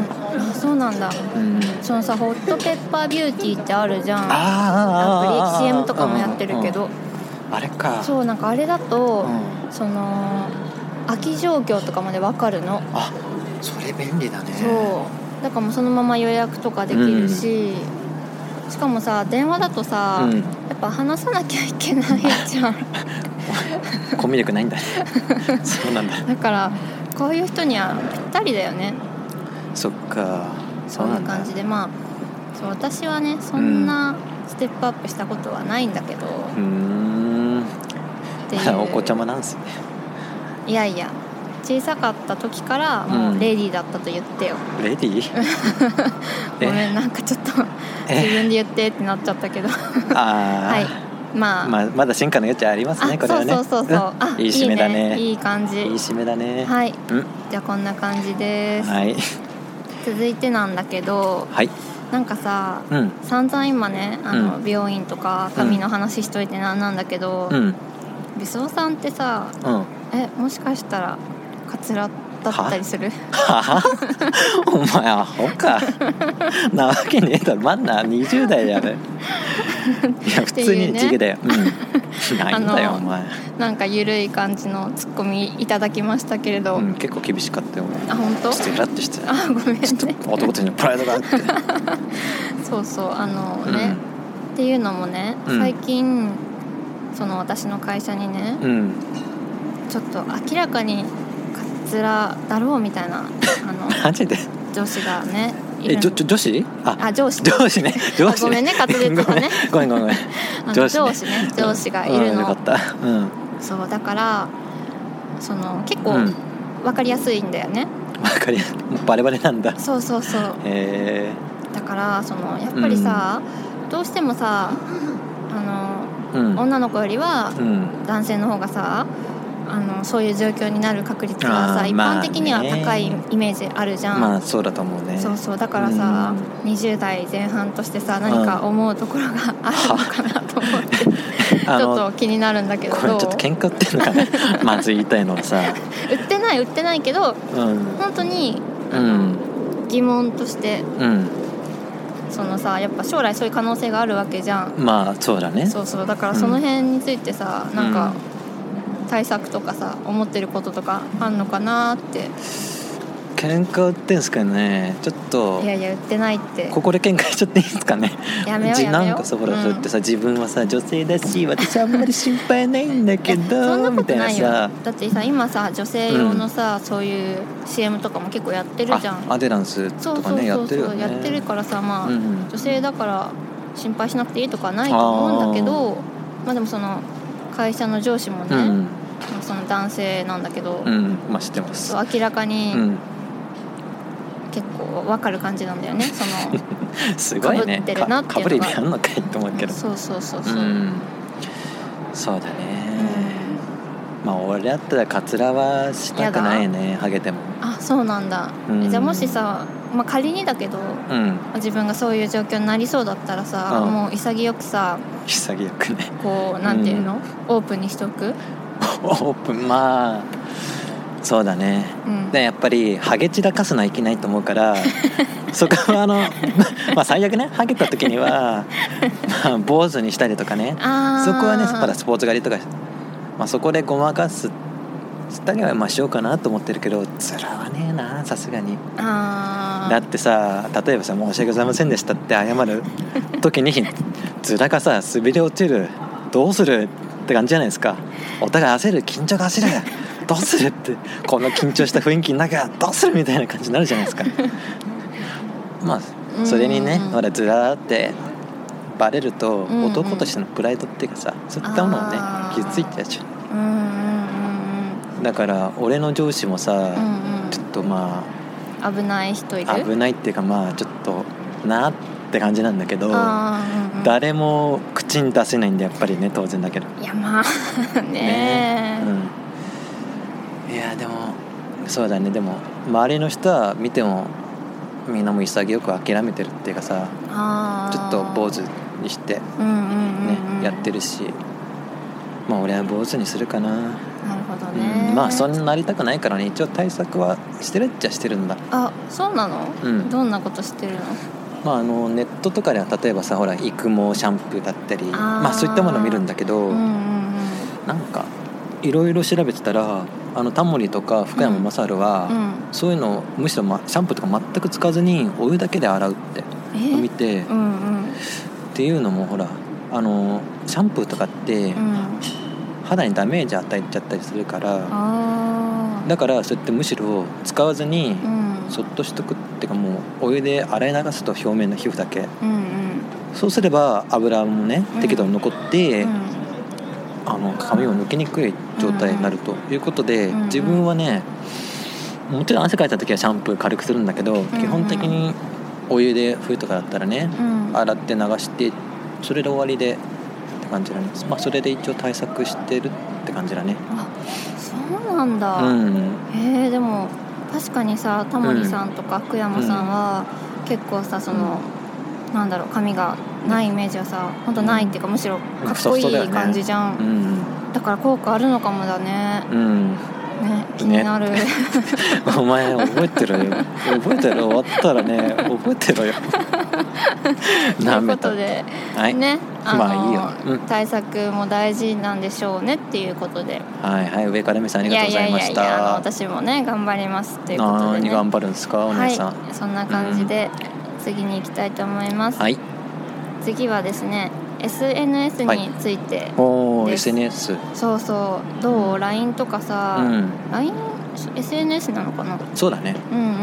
[SPEAKER 1] あそうなんだ
[SPEAKER 2] うん
[SPEAKER 1] そのさホットペッパービューティーってあるじゃん
[SPEAKER 2] あーあーあー
[SPEAKER 1] アプリ CM とかもやってるけど、
[SPEAKER 2] うんあれか
[SPEAKER 1] そうなんかあれだと、
[SPEAKER 2] ん
[SPEAKER 1] その空き状況とかまで分かるの
[SPEAKER 2] あそれ便利だね
[SPEAKER 1] そうだからもうそのまま予約とかできるし、しかもさ電話だとさ、
[SPEAKER 2] うん
[SPEAKER 1] やっぱ話さなきゃいけないじゃん
[SPEAKER 2] コミュ力ない んだねそうなんだ
[SPEAKER 1] だからこういう人にはぴったりだよね
[SPEAKER 2] そっかそ
[SPEAKER 1] そううい
[SPEAKER 2] な
[SPEAKER 1] うん
[SPEAKER 2] だ
[SPEAKER 1] 感じでまあそう私はねそんなステップアップしたことはないんだけど、
[SPEAKER 2] うーん
[SPEAKER 1] ってい
[SPEAKER 2] まだ
[SPEAKER 1] う
[SPEAKER 2] お子ちゃまなんすね
[SPEAKER 1] いやいや小さかった時からもうレディーだったと言ってよ、
[SPEAKER 2] レディー
[SPEAKER 1] ごめんなんかちょっと
[SPEAKER 2] え
[SPEAKER 1] 自分で言ってってなっちゃった けど は
[SPEAKER 2] ああ、
[SPEAKER 1] いまあ、
[SPEAKER 2] まあ、まだ進化の余地ありますねこれはね
[SPEAKER 1] そうそうそうそうあ
[SPEAKER 2] んいい締めだね
[SPEAKER 1] いい,、いい感じ
[SPEAKER 2] いい締めだね
[SPEAKER 1] はい
[SPEAKER 2] うん
[SPEAKER 1] じゃあこんな感じです、
[SPEAKER 2] はい
[SPEAKER 1] 続いてなんだけど
[SPEAKER 2] はい
[SPEAKER 1] なんかさ、
[SPEAKER 2] うん
[SPEAKER 1] 散々今ねあの、
[SPEAKER 2] うん
[SPEAKER 1] 美容院とか髪の話しといてなんなんだけど、
[SPEAKER 2] うん
[SPEAKER 1] ビスオさんってさ
[SPEAKER 2] うん
[SPEAKER 1] えもしかしたらカツラだったりする
[SPEAKER 2] はあお前アホかなわけねえだろまんな20 代やでいや普通に地毛だよ、 うんないんだよ
[SPEAKER 1] あの
[SPEAKER 2] お前、
[SPEAKER 1] なんかゆるい感じのツッコミいただきましたけれど、
[SPEAKER 2] うん、結構厳しかったよ俺
[SPEAKER 1] あ本当
[SPEAKER 2] ちょっとイラッとして
[SPEAKER 1] あごめんね
[SPEAKER 2] 男たちのプライドがあって、
[SPEAKER 1] そうそうあの
[SPEAKER 2] うん
[SPEAKER 1] ね、っていうのもね
[SPEAKER 2] うん
[SPEAKER 1] 最近、その私の会社にね、
[SPEAKER 2] うん
[SPEAKER 1] ちょっと明らかにカツラだろうみたいなあ の
[SPEAKER 2] マジで
[SPEAKER 1] 上司がねい
[SPEAKER 2] え
[SPEAKER 1] る
[SPEAKER 2] じょじょ女子あ
[SPEAKER 1] あ上司
[SPEAKER 2] 上 司ね上司
[SPEAKER 1] ごめんね滑舌がね
[SPEAKER 2] ごめんごめんごめん
[SPEAKER 1] あの
[SPEAKER 2] 上
[SPEAKER 1] 上
[SPEAKER 2] 司ね
[SPEAKER 1] 司ね上司がいる
[SPEAKER 2] うん、よ
[SPEAKER 1] の、
[SPEAKER 2] かったうん
[SPEAKER 1] そうだからその結構
[SPEAKER 2] うん
[SPEAKER 1] 分かりやすいんだよね、
[SPEAKER 2] わかりやもうバレバレなんだ
[SPEAKER 1] そうそうそう
[SPEAKER 2] へ
[SPEAKER 1] だからそのやっぱりさ、どうしてもさあ
[SPEAKER 2] えうん
[SPEAKER 1] の女の子よりは
[SPEAKER 2] うん
[SPEAKER 1] 男性の方がさあのそういう状況になる確率が
[SPEAKER 2] あ
[SPEAKER 1] さ
[SPEAKER 2] ー
[SPEAKER 1] 一般的には
[SPEAKER 2] まあね
[SPEAKER 1] 高いイメージあるじゃん、
[SPEAKER 2] まあそうだと思うね
[SPEAKER 1] そうそうだからさ、20代前半としてさ何か思うところがあるのかなと思って、ち
[SPEAKER 2] あ
[SPEAKER 1] ょっ
[SPEAKER 2] の
[SPEAKER 1] と気になるんだけど
[SPEAKER 2] これちょっと喧嘩売ってんのかね まず言いたいのはさ
[SPEAKER 1] 売ってない売ってないけど
[SPEAKER 2] うん
[SPEAKER 1] 本当に
[SPEAKER 2] うん
[SPEAKER 1] 疑問として
[SPEAKER 2] うん
[SPEAKER 1] そのさやっぱ将来そういう可能性があるわけじゃん
[SPEAKER 2] まあそうだね
[SPEAKER 1] そうそうだからその辺についてさ、
[SPEAKER 2] ん
[SPEAKER 1] なんか対策とかさ思ってることとかあんのかなって
[SPEAKER 2] 喧嘩売ってんすかねちょっと
[SPEAKER 1] いやいや売ってないって
[SPEAKER 2] ここで喧嘩しちゃっていいですかね
[SPEAKER 1] やめよう
[SPEAKER 2] じ
[SPEAKER 1] やめよう
[SPEAKER 2] なんかさほら、
[SPEAKER 1] うん
[SPEAKER 2] そうやってさ自分はさ女性だし私あんまり心配ないんだけ
[SPEAKER 1] いやそん
[SPEAKER 2] ど
[SPEAKER 1] なこ
[SPEAKER 2] みた
[SPEAKER 1] と
[SPEAKER 2] い
[SPEAKER 1] な
[SPEAKER 2] ない
[SPEAKER 1] よだ
[SPEAKER 2] さ
[SPEAKER 1] ってさ今さ女性用のさ、そういう CM とかも結構やってるじゃ
[SPEAKER 2] あ
[SPEAKER 1] ん
[SPEAKER 2] アデランス
[SPEAKER 1] そ
[SPEAKER 2] と
[SPEAKER 1] う
[SPEAKER 2] か
[SPEAKER 1] そうそうそう
[SPEAKER 2] ねやってるよね
[SPEAKER 1] やってるからさまあ、
[SPEAKER 2] うん
[SPEAKER 1] 女性だから心配しなくていいとかはないと思うんだけどまあでもその会社の上司もね、
[SPEAKER 2] うん
[SPEAKER 1] まあその男性なんだけど、
[SPEAKER 2] うんまあ知ってます
[SPEAKER 1] そう明らかに
[SPEAKER 2] うん
[SPEAKER 1] 結構わかる感じなんだよね、その
[SPEAKER 2] すごいね
[SPEAKER 1] 被ってるなっていうのが
[SPEAKER 2] かぶりでやんのかいと思うけど
[SPEAKER 1] そうそうそう
[SPEAKER 2] う
[SPEAKER 1] そう、
[SPEAKER 2] んそうだねまあ俺だったらカツラはしたくないねハゲても
[SPEAKER 1] あそうなんだ、
[SPEAKER 2] うん
[SPEAKER 1] じゃあもしさ、まあ、仮にだけど
[SPEAKER 2] うん
[SPEAKER 1] 自分がそういう状況になりそうだったらさ、
[SPEAKER 2] うん
[SPEAKER 1] もう潔くさ
[SPEAKER 2] 潔くね
[SPEAKER 1] こうなんていうの、オープンにしておく、
[SPEAKER 2] オープンまあそうだね
[SPEAKER 1] うん、
[SPEAKER 2] でやっぱりハゲ散らかすのはいけないと思うから そこはあのまあ最悪ねハゲた時 には、まあ、坊主にしたりとかね
[SPEAKER 1] あー
[SPEAKER 2] そこはねほらスポーツ狩りとか、まあ、そこでごまかすしたりはまあしようかなと思ってるけどつらはねえなさすがに
[SPEAKER 1] あ
[SPEAKER 2] だってさ例えばさ「申し訳ございませんでした」って謝 る時にずらがさ滑り落ちるどうするって感じじゃないですかお互い焦る緊張 が焦るどうするってこの緊張した雰囲気の中どうするみたいな感じになるじゃないです かまあそれにね
[SPEAKER 1] うん
[SPEAKER 2] ほらずらってバレると
[SPEAKER 1] うんうん
[SPEAKER 2] 男としてのプライドっていうかさそういったものをね
[SPEAKER 1] あー
[SPEAKER 2] 傷ついちゃうじゃ
[SPEAKER 1] ーうんうん
[SPEAKER 2] んだから俺の上司もさ
[SPEAKER 1] うんうん
[SPEAKER 2] ちょっとまあ
[SPEAKER 1] うん危ない人いる
[SPEAKER 2] 危ないっていうかまあちょっとなって感じなんだけど
[SPEAKER 1] あーうんうん
[SPEAKER 2] 誰も口に出せないんでやっぱりね当然だけど
[SPEAKER 1] いやまあねえ、
[SPEAKER 2] うん、いやでもそうだねでも周りの人は見てもみんなも潔く諦めてるっていうかさ
[SPEAKER 1] あ
[SPEAKER 2] ちょっと坊主にしてね、
[SPEAKER 1] 主、うんうんうんうん、
[SPEAKER 2] やって
[SPEAKER 1] る
[SPEAKER 2] るしまあ俺は坊主にするかな、
[SPEAKER 1] なるほどね、
[SPEAKER 2] うん、まあそんななりたくないからね一応対策はしてるっちゃしてるんだ
[SPEAKER 1] あそうなの、
[SPEAKER 2] うん
[SPEAKER 1] どんなことしてるの
[SPEAKER 2] まあ、あのネットとかでは例えばさほら育毛シャンプーだったり
[SPEAKER 1] あー
[SPEAKER 2] まあ、そういったものを見るんだけど、
[SPEAKER 1] うんうんうん
[SPEAKER 2] なんかいろいろ調べてたらあのタモリとか福山雅治は、
[SPEAKER 1] うん
[SPEAKER 2] そういうのをむしろ、ま、シャンプーとか全く使わずにお湯だけで洗うって見
[SPEAKER 1] え
[SPEAKER 2] て、
[SPEAKER 1] う
[SPEAKER 2] っ
[SPEAKER 1] んうん
[SPEAKER 2] ていうのもほらあのシャンプーとかって
[SPEAKER 1] うん
[SPEAKER 2] 肌にダメージ与えちゃったりするから、
[SPEAKER 1] あ
[SPEAKER 2] だからそうやってむしろ使わずに、
[SPEAKER 1] あうん
[SPEAKER 2] そっとしとくっていうかもうお湯で洗い流すと表面の皮膚だけ
[SPEAKER 1] うんうん
[SPEAKER 2] そうすれば油もね
[SPEAKER 1] うん
[SPEAKER 2] 適度に残って、
[SPEAKER 1] うん
[SPEAKER 2] あの髪を抜けにくい状態になるということで、
[SPEAKER 1] うんうん
[SPEAKER 2] 自分はねもちろん汗かいた時はシャンプー軽くするんだけど、
[SPEAKER 1] うん
[SPEAKER 2] 基本的にお湯で冬とかだったらね
[SPEAKER 1] うん
[SPEAKER 2] 洗って流してそれで終わりでって感じだね、まあ、それで一応対策してるって感じだね
[SPEAKER 1] あそうなんだ、
[SPEAKER 2] うん
[SPEAKER 1] へえでも確かにさタモリさんとか福山さんは、結構さその、なんだろう髪がないイメージはさ本当ないっていうかむしろかっこい
[SPEAKER 2] ふさふさだよ
[SPEAKER 1] い
[SPEAKER 2] ね
[SPEAKER 1] 感じじゃん、
[SPEAKER 2] うん
[SPEAKER 1] だから効果あるのかもだね
[SPEAKER 2] うん
[SPEAKER 1] ね気になる、
[SPEAKER 2] お前覚えてろ よ覚えてろ終わったらね覚えてろよ
[SPEAKER 1] とい
[SPEAKER 2] な
[SPEAKER 1] う
[SPEAKER 2] め
[SPEAKER 1] こ
[SPEAKER 2] た
[SPEAKER 1] とで、
[SPEAKER 2] はい、
[SPEAKER 1] ね
[SPEAKER 2] まあいいようん
[SPEAKER 1] 対策も大事なんでしょうねっていうことで
[SPEAKER 2] はいはい上から目さんありがとうございまし
[SPEAKER 1] やいやいやいやあの
[SPEAKER 2] た
[SPEAKER 1] 私もね頑張りますということで、
[SPEAKER 2] 何
[SPEAKER 1] ね、
[SPEAKER 2] 頑張るんですかお姉さん
[SPEAKER 1] はい、そんな感じで次に行きたいと思います、
[SPEAKER 2] はい、
[SPEAKER 1] 次はですね SNS について、
[SPEAKER 2] おお
[SPEAKER 1] です
[SPEAKER 2] SNS
[SPEAKER 1] そうそうどう LINE とか
[SPEAKER 2] う
[SPEAKER 1] さ、
[SPEAKER 2] ん
[SPEAKER 1] LINESNS なのかな
[SPEAKER 2] そうだね
[SPEAKER 1] うんうん、
[SPEAKER 2] うん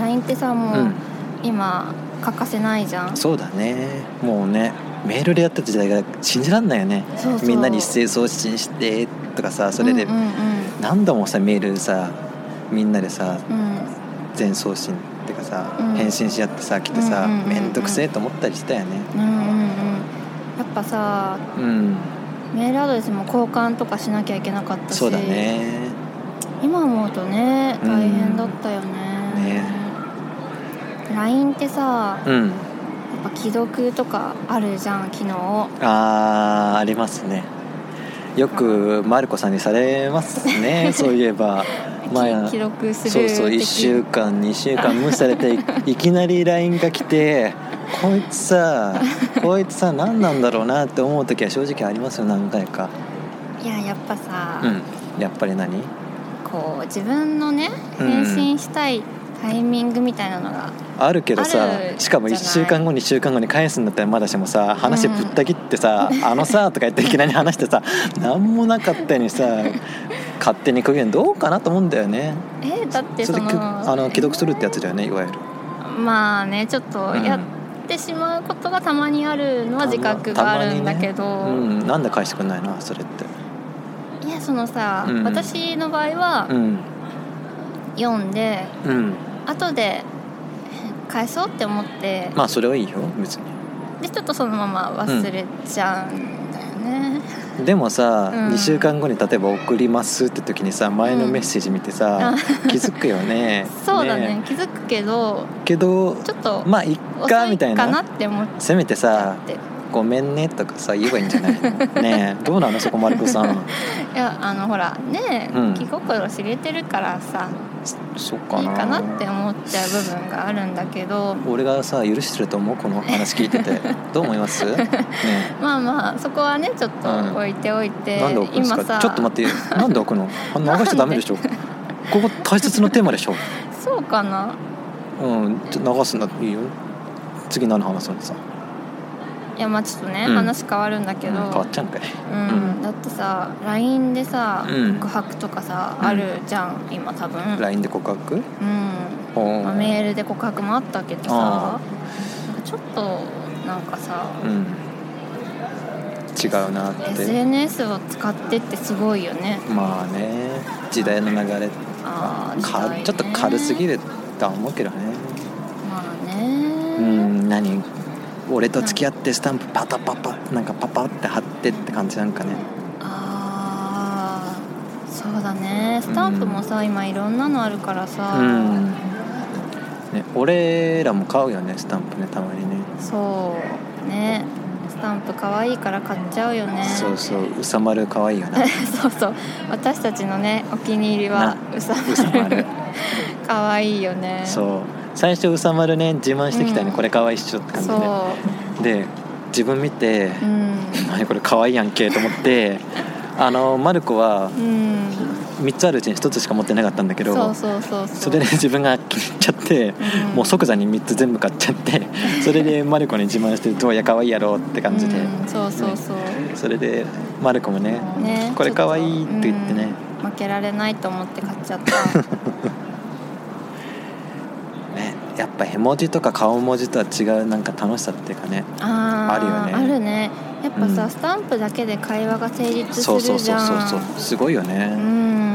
[SPEAKER 1] LINE ってさもう、
[SPEAKER 2] うん
[SPEAKER 1] 今欠かせないじゃん
[SPEAKER 2] そうだねもうねメールでやってた時代が信じらんないよね
[SPEAKER 1] そうそう
[SPEAKER 2] みんなに一斉送信してとかさそれで
[SPEAKER 1] うんうん
[SPEAKER 2] 何度もさメールさみんなでさ
[SPEAKER 1] うん、うん
[SPEAKER 2] 全送信っていうかさ、
[SPEAKER 1] うん
[SPEAKER 2] 返信し合ってさ来て
[SPEAKER 1] う
[SPEAKER 2] さ、
[SPEAKER 1] んうんうんうん
[SPEAKER 2] めんどくせえと思ったりしたよね
[SPEAKER 1] うんうんうんやっぱさ
[SPEAKER 2] うん
[SPEAKER 1] メールアドレスも交換とかしなきゃいけなかったし
[SPEAKER 2] そうだね
[SPEAKER 1] 今思うとね
[SPEAKER 2] うん
[SPEAKER 1] 大変だったよね,、
[SPEAKER 2] ね
[SPEAKER 1] LINE ってさ
[SPEAKER 2] うん
[SPEAKER 1] やっぱ既読とかあるじゃん機能
[SPEAKER 2] あーありますねよくマルコさんにされます ねそういえば
[SPEAKER 1] き記録する
[SPEAKER 2] そうそう
[SPEAKER 1] 的
[SPEAKER 2] 1週間2週間無視されていいきなり LINE が来て こいつさこいつさ何なんだろうなって思う時は正直ありますよ何回か
[SPEAKER 1] いややっぱさ、
[SPEAKER 2] うんやっぱり何
[SPEAKER 1] こう自分のね
[SPEAKER 2] うん
[SPEAKER 1] 返信したいタイミングみたいなのが、
[SPEAKER 2] あるけど
[SPEAKER 1] あ
[SPEAKER 2] さ
[SPEAKER 1] る
[SPEAKER 2] しかも
[SPEAKER 1] じ
[SPEAKER 2] 1
[SPEAKER 1] ゃない
[SPEAKER 2] 週間後2週間後に返すんだったらまだしもさ話ぶった切って さ「あのさ」とか言っていきなり話してさ何もなかったようにさ勝手に区切るのどうかなと思うんだよね
[SPEAKER 1] えだって
[SPEAKER 2] そ
[SPEAKER 1] そ
[SPEAKER 2] れ
[SPEAKER 1] の
[SPEAKER 2] でくあの既読するってやつだよねいわゆる、
[SPEAKER 1] まあねちょっと
[SPEAKER 2] うん
[SPEAKER 1] やってしまうことがたまにあるのは自覚があるんだけど、
[SPEAKER 2] たまにねうん、なんで返してくんないのそれって
[SPEAKER 1] いやそのさ、
[SPEAKER 2] うん
[SPEAKER 1] 私の場合は
[SPEAKER 2] うん
[SPEAKER 1] 読んで
[SPEAKER 2] うん
[SPEAKER 1] 後で返そうって思って、
[SPEAKER 2] まあそれはいいよ別に
[SPEAKER 1] でちょっとそのまま忘れちゃうんだよね、
[SPEAKER 2] でもさ、
[SPEAKER 1] うん
[SPEAKER 2] 2週間後に例えば「送ります」って時にさ前のメッセージ見てさ、気づくよね
[SPEAKER 1] そうだね気づくけど
[SPEAKER 2] けど
[SPEAKER 1] ちょっと
[SPEAKER 2] まあいっか
[SPEAKER 1] 遅
[SPEAKER 2] み
[SPEAKER 1] い
[SPEAKER 2] たい
[SPEAKER 1] か
[SPEAKER 2] な
[SPEAKER 1] なって思っ
[SPEAKER 2] せめて
[SPEAKER 1] ちゃ
[SPEAKER 2] さ
[SPEAKER 1] って
[SPEAKER 2] 「ごめんね」とかさ言えばいいんじゃないの ねえどうなのそこマルコさん
[SPEAKER 1] いやあのほらね、
[SPEAKER 2] うん
[SPEAKER 1] 気心知れてるからさ
[SPEAKER 2] そっかない
[SPEAKER 1] いかなって思っちゃう部分があるんだけど
[SPEAKER 2] 俺がさ許してると思うこの話聞いて てどう思いますねえ
[SPEAKER 1] まあまあそこはねちょっ
[SPEAKER 2] う
[SPEAKER 1] と
[SPEAKER 2] ん
[SPEAKER 1] 置いておいて、
[SPEAKER 2] なんで置くんです
[SPEAKER 1] 今
[SPEAKER 2] か
[SPEAKER 1] さ
[SPEAKER 2] ちょっと待ってなんで置くのあの流しちゃダメでしょここ大切なテーマでしょ
[SPEAKER 1] そうかな
[SPEAKER 2] うんちょ流すんだいいよ次何話すのさ、
[SPEAKER 1] いやまあちょっとね、
[SPEAKER 2] うん
[SPEAKER 1] 話変わるんだけ
[SPEAKER 2] うん、変
[SPEAKER 1] ど、
[SPEAKER 2] わっちゃうんかい
[SPEAKER 1] うん
[SPEAKER 2] う
[SPEAKER 1] だってさ LINE でさ、
[SPEAKER 2] うん
[SPEAKER 1] 告白とかさあるじゃん、今多分、うん
[SPEAKER 2] LINE で告白
[SPEAKER 1] まあ、メールで告白もあったけどさ
[SPEAKER 2] あ
[SPEAKER 1] なんかちょっとなんかさ、
[SPEAKER 2] うん違うなって
[SPEAKER 1] SNS を使ってってすごいよね
[SPEAKER 2] まあね時代の流れ
[SPEAKER 1] あー時
[SPEAKER 2] か
[SPEAKER 1] 代ね
[SPEAKER 2] ちょっと軽すぎるとは思うけどね
[SPEAKER 1] まあ
[SPEAKER 2] う
[SPEAKER 1] ね
[SPEAKER 2] ん何俺と付き合ってスタンプパタパパなんかパパって貼ってって感じなんかね
[SPEAKER 1] あーそうだねスタンプもさ、今いろんなのあるからさ、
[SPEAKER 2] うんね俺らも買うよねスタンプねたまにね
[SPEAKER 1] そうねスタンプ可愛いから買っちゃうよね
[SPEAKER 2] そうそううさまるかわいいよな
[SPEAKER 1] そうそう私たちのねお気に入りは
[SPEAKER 2] な
[SPEAKER 1] うさ
[SPEAKER 2] うさま
[SPEAKER 1] ま
[SPEAKER 2] る
[SPEAKER 1] る可愛いよね
[SPEAKER 2] そう最初うさまるね自慢してきたよね、
[SPEAKER 1] うん
[SPEAKER 2] これかわいいっしょって感じで、
[SPEAKER 1] そ
[SPEAKER 2] で自分見て
[SPEAKER 1] ううん
[SPEAKER 2] 「何これ可愛いやんけ」と 思ってあのマルコは
[SPEAKER 1] うん
[SPEAKER 2] 3つあるうちに1つしか持ってなかったんだけど
[SPEAKER 1] そうそうそう
[SPEAKER 2] それで自分が気に入っちゃって、もう即座に3つ全部買っちゃってそれでマルコに自慢して「どうや可愛いやろ」って感じで、
[SPEAKER 1] うんそうそうそう、
[SPEAKER 2] それでマルコもね
[SPEAKER 1] ね
[SPEAKER 2] これ可愛いって言って
[SPEAKER 1] ちょ
[SPEAKER 2] ね
[SPEAKER 1] っとうん負けられないと思って買っちゃった
[SPEAKER 2] ねやっぱ絵文字とか顔文字とは違うなんか楽しさっていうかね
[SPEAKER 1] あー
[SPEAKER 2] あるよね
[SPEAKER 1] あるねやっぱさ、
[SPEAKER 2] うん
[SPEAKER 1] スタンプだけで会話が成立す
[SPEAKER 2] そうそ
[SPEAKER 1] る
[SPEAKER 2] う
[SPEAKER 1] じ
[SPEAKER 2] そう
[SPEAKER 1] ゃ
[SPEAKER 2] そうんそうすごいよ
[SPEAKER 1] う
[SPEAKER 2] ね、
[SPEAKER 1] ん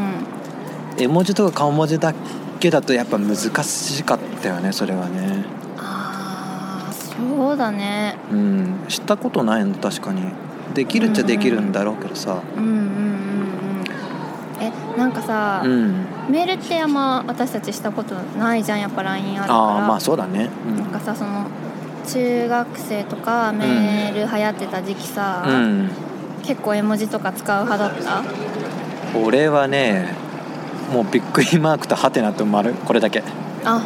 [SPEAKER 2] 絵文字とか顔文字だけだとやっぱ難しかったよねそれはね
[SPEAKER 1] ああそうだね
[SPEAKER 2] うん知ったことないの確かにできるっちゃできるんだろうけどさ
[SPEAKER 1] うんうんうんうんえなんかさ、
[SPEAKER 2] うん
[SPEAKER 1] メールってあんま私たちしたことないじゃんやっぱ LINE あるから
[SPEAKER 2] ああまあそうだねう
[SPEAKER 1] なんかさその中学生とかメール流行ってた時期さ、
[SPEAKER 2] ん、うん、
[SPEAKER 1] 結構絵文字とか使う派だっ
[SPEAKER 2] 俺はねもうびっくりマークとハテナと丸これだけ
[SPEAKER 1] たあ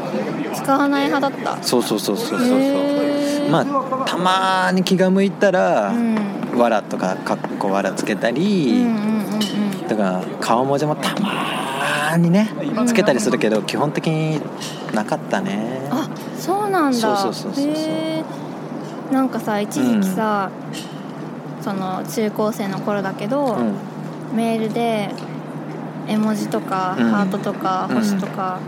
[SPEAKER 1] 使わない派だった
[SPEAKER 2] そうそうそうそうそうそう
[SPEAKER 1] へー
[SPEAKER 2] まあたまーに気が向いたら
[SPEAKER 1] う、ん
[SPEAKER 2] わらとかかっこわらつけた
[SPEAKER 1] うんうん
[SPEAKER 2] り、
[SPEAKER 1] うん
[SPEAKER 2] とか顔文字もたまーにね
[SPEAKER 1] ん
[SPEAKER 2] つけたりするけど、基本的になかったね
[SPEAKER 1] あそうなんだ
[SPEAKER 2] そうそうそうそうそう
[SPEAKER 1] へーなんかさ一時期さ、その中高生の頃だけど、
[SPEAKER 2] うん
[SPEAKER 1] メールで絵文字とか、
[SPEAKER 2] うん
[SPEAKER 1] ハートとか
[SPEAKER 2] うん
[SPEAKER 1] 星とか、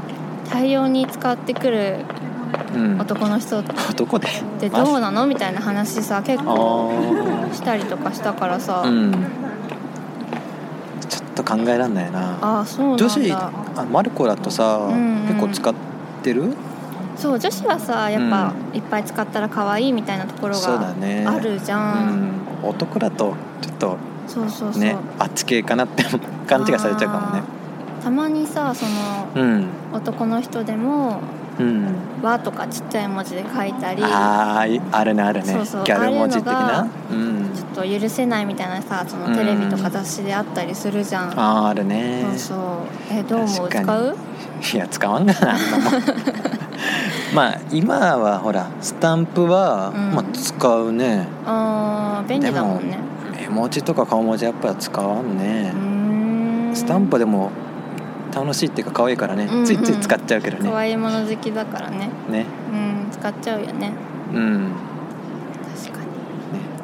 [SPEAKER 1] 大量に使ってくる
[SPEAKER 2] うん
[SPEAKER 1] 男の人っ
[SPEAKER 2] 男で
[SPEAKER 1] てどうなのみたいな話さ結
[SPEAKER 2] あ
[SPEAKER 1] 構
[SPEAKER 2] ー
[SPEAKER 1] したりとかしたからさ、
[SPEAKER 2] うんちょっと考えらんないな
[SPEAKER 1] ああそうなんだ
[SPEAKER 2] 女子あマルコだとさ、
[SPEAKER 1] うんうん
[SPEAKER 2] 結構使ってる
[SPEAKER 1] そう女子はさやっぱ、いっぱい使ったら可愛いみたいなところ
[SPEAKER 2] そうだ
[SPEAKER 1] が
[SPEAKER 2] ね
[SPEAKER 1] あるじ
[SPEAKER 2] う
[SPEAKER 1] ゃん
[SPEAKER 2] ん男だとちょっと
[SPEAKER 1] そう,、そうそう
[SPEAKER 2] ねあっち系かなって勘違いされちゃうかもね
[SPEAKER 1] あーたまにさその
[SPEAKER 2] うん
[SPEAKER 1] 男の人でも
[SPEAKER 2] うん
[SPEAKER 1] 「わ」とかちっちゃい文字で書いたりち
[SPEAKER 2] あーいあるねあるね
[SPEAKER 1] そうそう
[SPEAKER 2] ギャル文字的
[SPEAKER 1] ああ
[SPEAKER 2] な
[SPEAKER 1] いう
[SPEAKER 2] うん
[SPEAKER 1] ょっと許せないみたいなさその
[SPEAKER 2] うん
[SPEAKER 1] テレビとか雑誌であったりするじゃん、
[SPEAKER 2] あーあるね
[SPEAKER 1] そうそうえどう思う
[SPEAKER 2] 確かに
[SPEAKER 1] 使う
[SPEAKER 2] いや使わんがなあ んなもんまあ今はほらスタンプは、
[SPEAKER 1] うん
[SPEAKER 2] まあ、使うね
[SPEAKER 1] あー便利だもんね
[SPEAKER 2] 絵文字とか顔文字やっぱ使わんね
[SPEAKER 1] う、ーん
[SPEAKER 2] スタンプでも楽しいっていうか可愛いからね、
[SPEAKER 1] うんうん
[SPEAKER 2] ついつい使っちゃうけど
[SPEAKER 1] 可
[SPEAKER 2] ね
[SPEAKER 1] 愛いもの好きだからね
[SPEAKER 2] ね
[SPEAKER 1] うん使っちゃうよね
[SPEAKER 2] うんね
[SPEAKER 1] 確か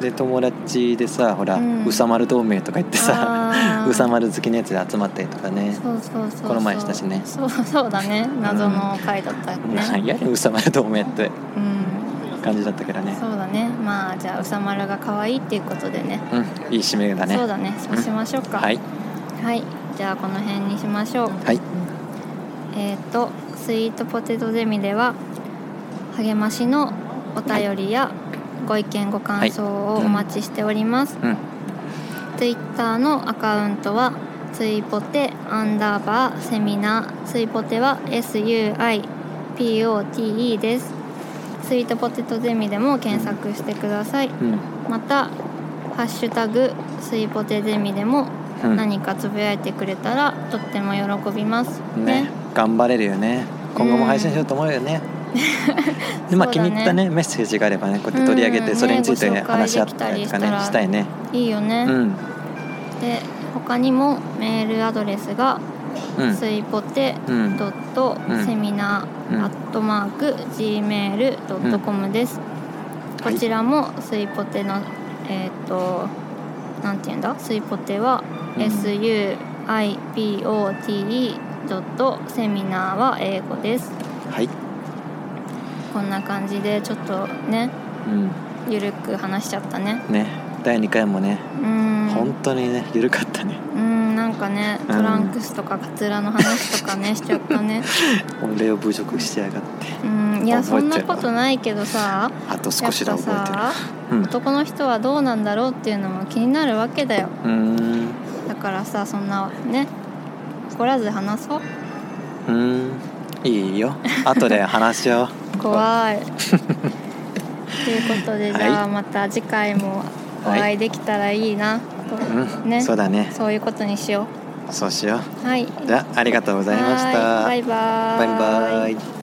[SPEAKER 1] に
[SPEAKER 2] で友達でさほら、
[SPEAKER 1] う
[SPEAKER 2] うんさまる同盟とか言ってさ
[SPEAKER 1] あー
[SPEAKER 2] うさまる好きのやつで集まったりとかね
[SPEAKER 1] そうそうそうそう
[SPEAKER 2] この前したしね
[SPEAKER 1] そうそうだね謎の回だったよね
[SPEAKER 2] なんやねんうさまる同盟って
[SPEAKER 1] うん
[SPEAKER 2] 感じだったけどね
[SPEAKER 1] そうだねまあじゃあうさまるが可愛いっていうことでね
[SPEAKER 2] うんいい締めだね
[SPEAKER 1] そうだねそうしましょうか、
[SPEAKER 2] はい
[SPEAKER 1] はいじゃあこの辺にしましょう
[SPEAKER 2] はい
[SPEAKER 1] えっ、とスイートポテトゼミでは励ましのお便りやご意見ご感想をお待ちしております、
[SPEAKER 2] うん
[SPEAKER 1] ツイッターのアカウントはツイポテアンダーバーセミナーツイポテは SUIPOTE ですスイートポテトゼミでも検索してください
[SPEAKER 2] うん
[SPEAKER 1] また「ハッシュタグスイポテゼミ」でも
[SPEAKER 2] うん
[SPEAKER 1] 何かつぶやいてくれたらとっても喜びます
[SPEAKER 2] ね
[SPEAKER 1] ね
[SPEAKER 2] 頑張れるよね今後も配信しようと思うよね、でまあ
[SPEAKER 1] そうだ
[SPEAKER 2] 気
[SPEAKER 1] ね
[SPEAKER 2] に入ったねメッセージがあればねこうやって取り上げ
[SPEAKER 1] うんう
[SPEAKER 2] て
[SPEAKER 1] ん
[SPEAKER 2] それについて
[SPEAKER 1] ね
[SPEAKER 2] 話し合ったりと
[SPEAKER 1] ご紹介できた
[SPEAKER 2] かね
[SPEAKER 1] りしたら
[SPEAKER 2] したいね
[SPEAKER 1] いいよね、
[SPEAKER 2] うん
[SPEAKER 1] で他にもメールアドレスが「
[SPEAKER 2] うん
[SPEAKER 1] すいぽて
[SPEAKER 2] うん」
[SPEAKER 1] ドットセミナ
[SPEAKER 2] う
[SPEAKER 1] ー
[SPEAKER 2] ん
[SPEAKER 1] アットマーク Gmail.com です、
[SPEAKER 2] はい
[SPEAKER 1] こちらもすいぽてのえっ、となんていうんだすいぽては
[SPEAKER 2] うん
[SPEAKER 1] SUIPOTE ドットセミナーは英語です
[SPEAKER 2] はい、
[SPEAKER 1] こんな感じでちょっとね
[SPEAKER 2] うん、
[SPEAKER 1] ゆるく話しちゃったね
[SPEAKER 2] ね第2回もね
[SPEAKER 1] うん
[SPEAKER 2] 本当にね緩かったね
[SPEAKER 1] うんなんかねトランクスとかカツラの話とかねしちゃったね
[SPEAKER 2] 俺を侮辱してやがって
[SPEAKER 1] うんいやそ
[SPEAKER 2] 覚
[SPEAKER 1] ん
[SPEAKER 2] え
[SPEAKER 1] な
[SPEAKER 2] てる
[SPEAKER 1] ことないけどさ
[SPEAKER 2] あと
[SPEAKER 1] や
[SPEAKER 2] 少
[SPEAKER 1] っ
[SPEAKER 2] し
[SPEAKER 1] ぱ
[SPEAKER 2] だ覚
[SPEAKER 1] さ
[SPEAKER 2] えてる
[SPEAKER 1] 男の人はどうなんだろうっていうのも気になるわけだよ
[SPEAKER 2] うんう
[SPEAKER 1] だからさそんなね怒らず話そう
[SPEAKER 2] ーんうーんいいよ後で話しよ う
[SPEAKER 1] 怖いということ でじゃあまた次回もお会いできたらいいなと、
[SPEAKER 2] うん、
[SPEAKER 1] ね
[SPEAKER 2] そうだね
[SPEAKER 1] そういうことにしよ
[SPEAKER 2] そうしよ
[SPEAKER 1] うはいう
[SPEAKER 2] じゃあありがとうございました
[SPEAKER 1] はーいバイバーイ
[SPEAKER 2] バイバイ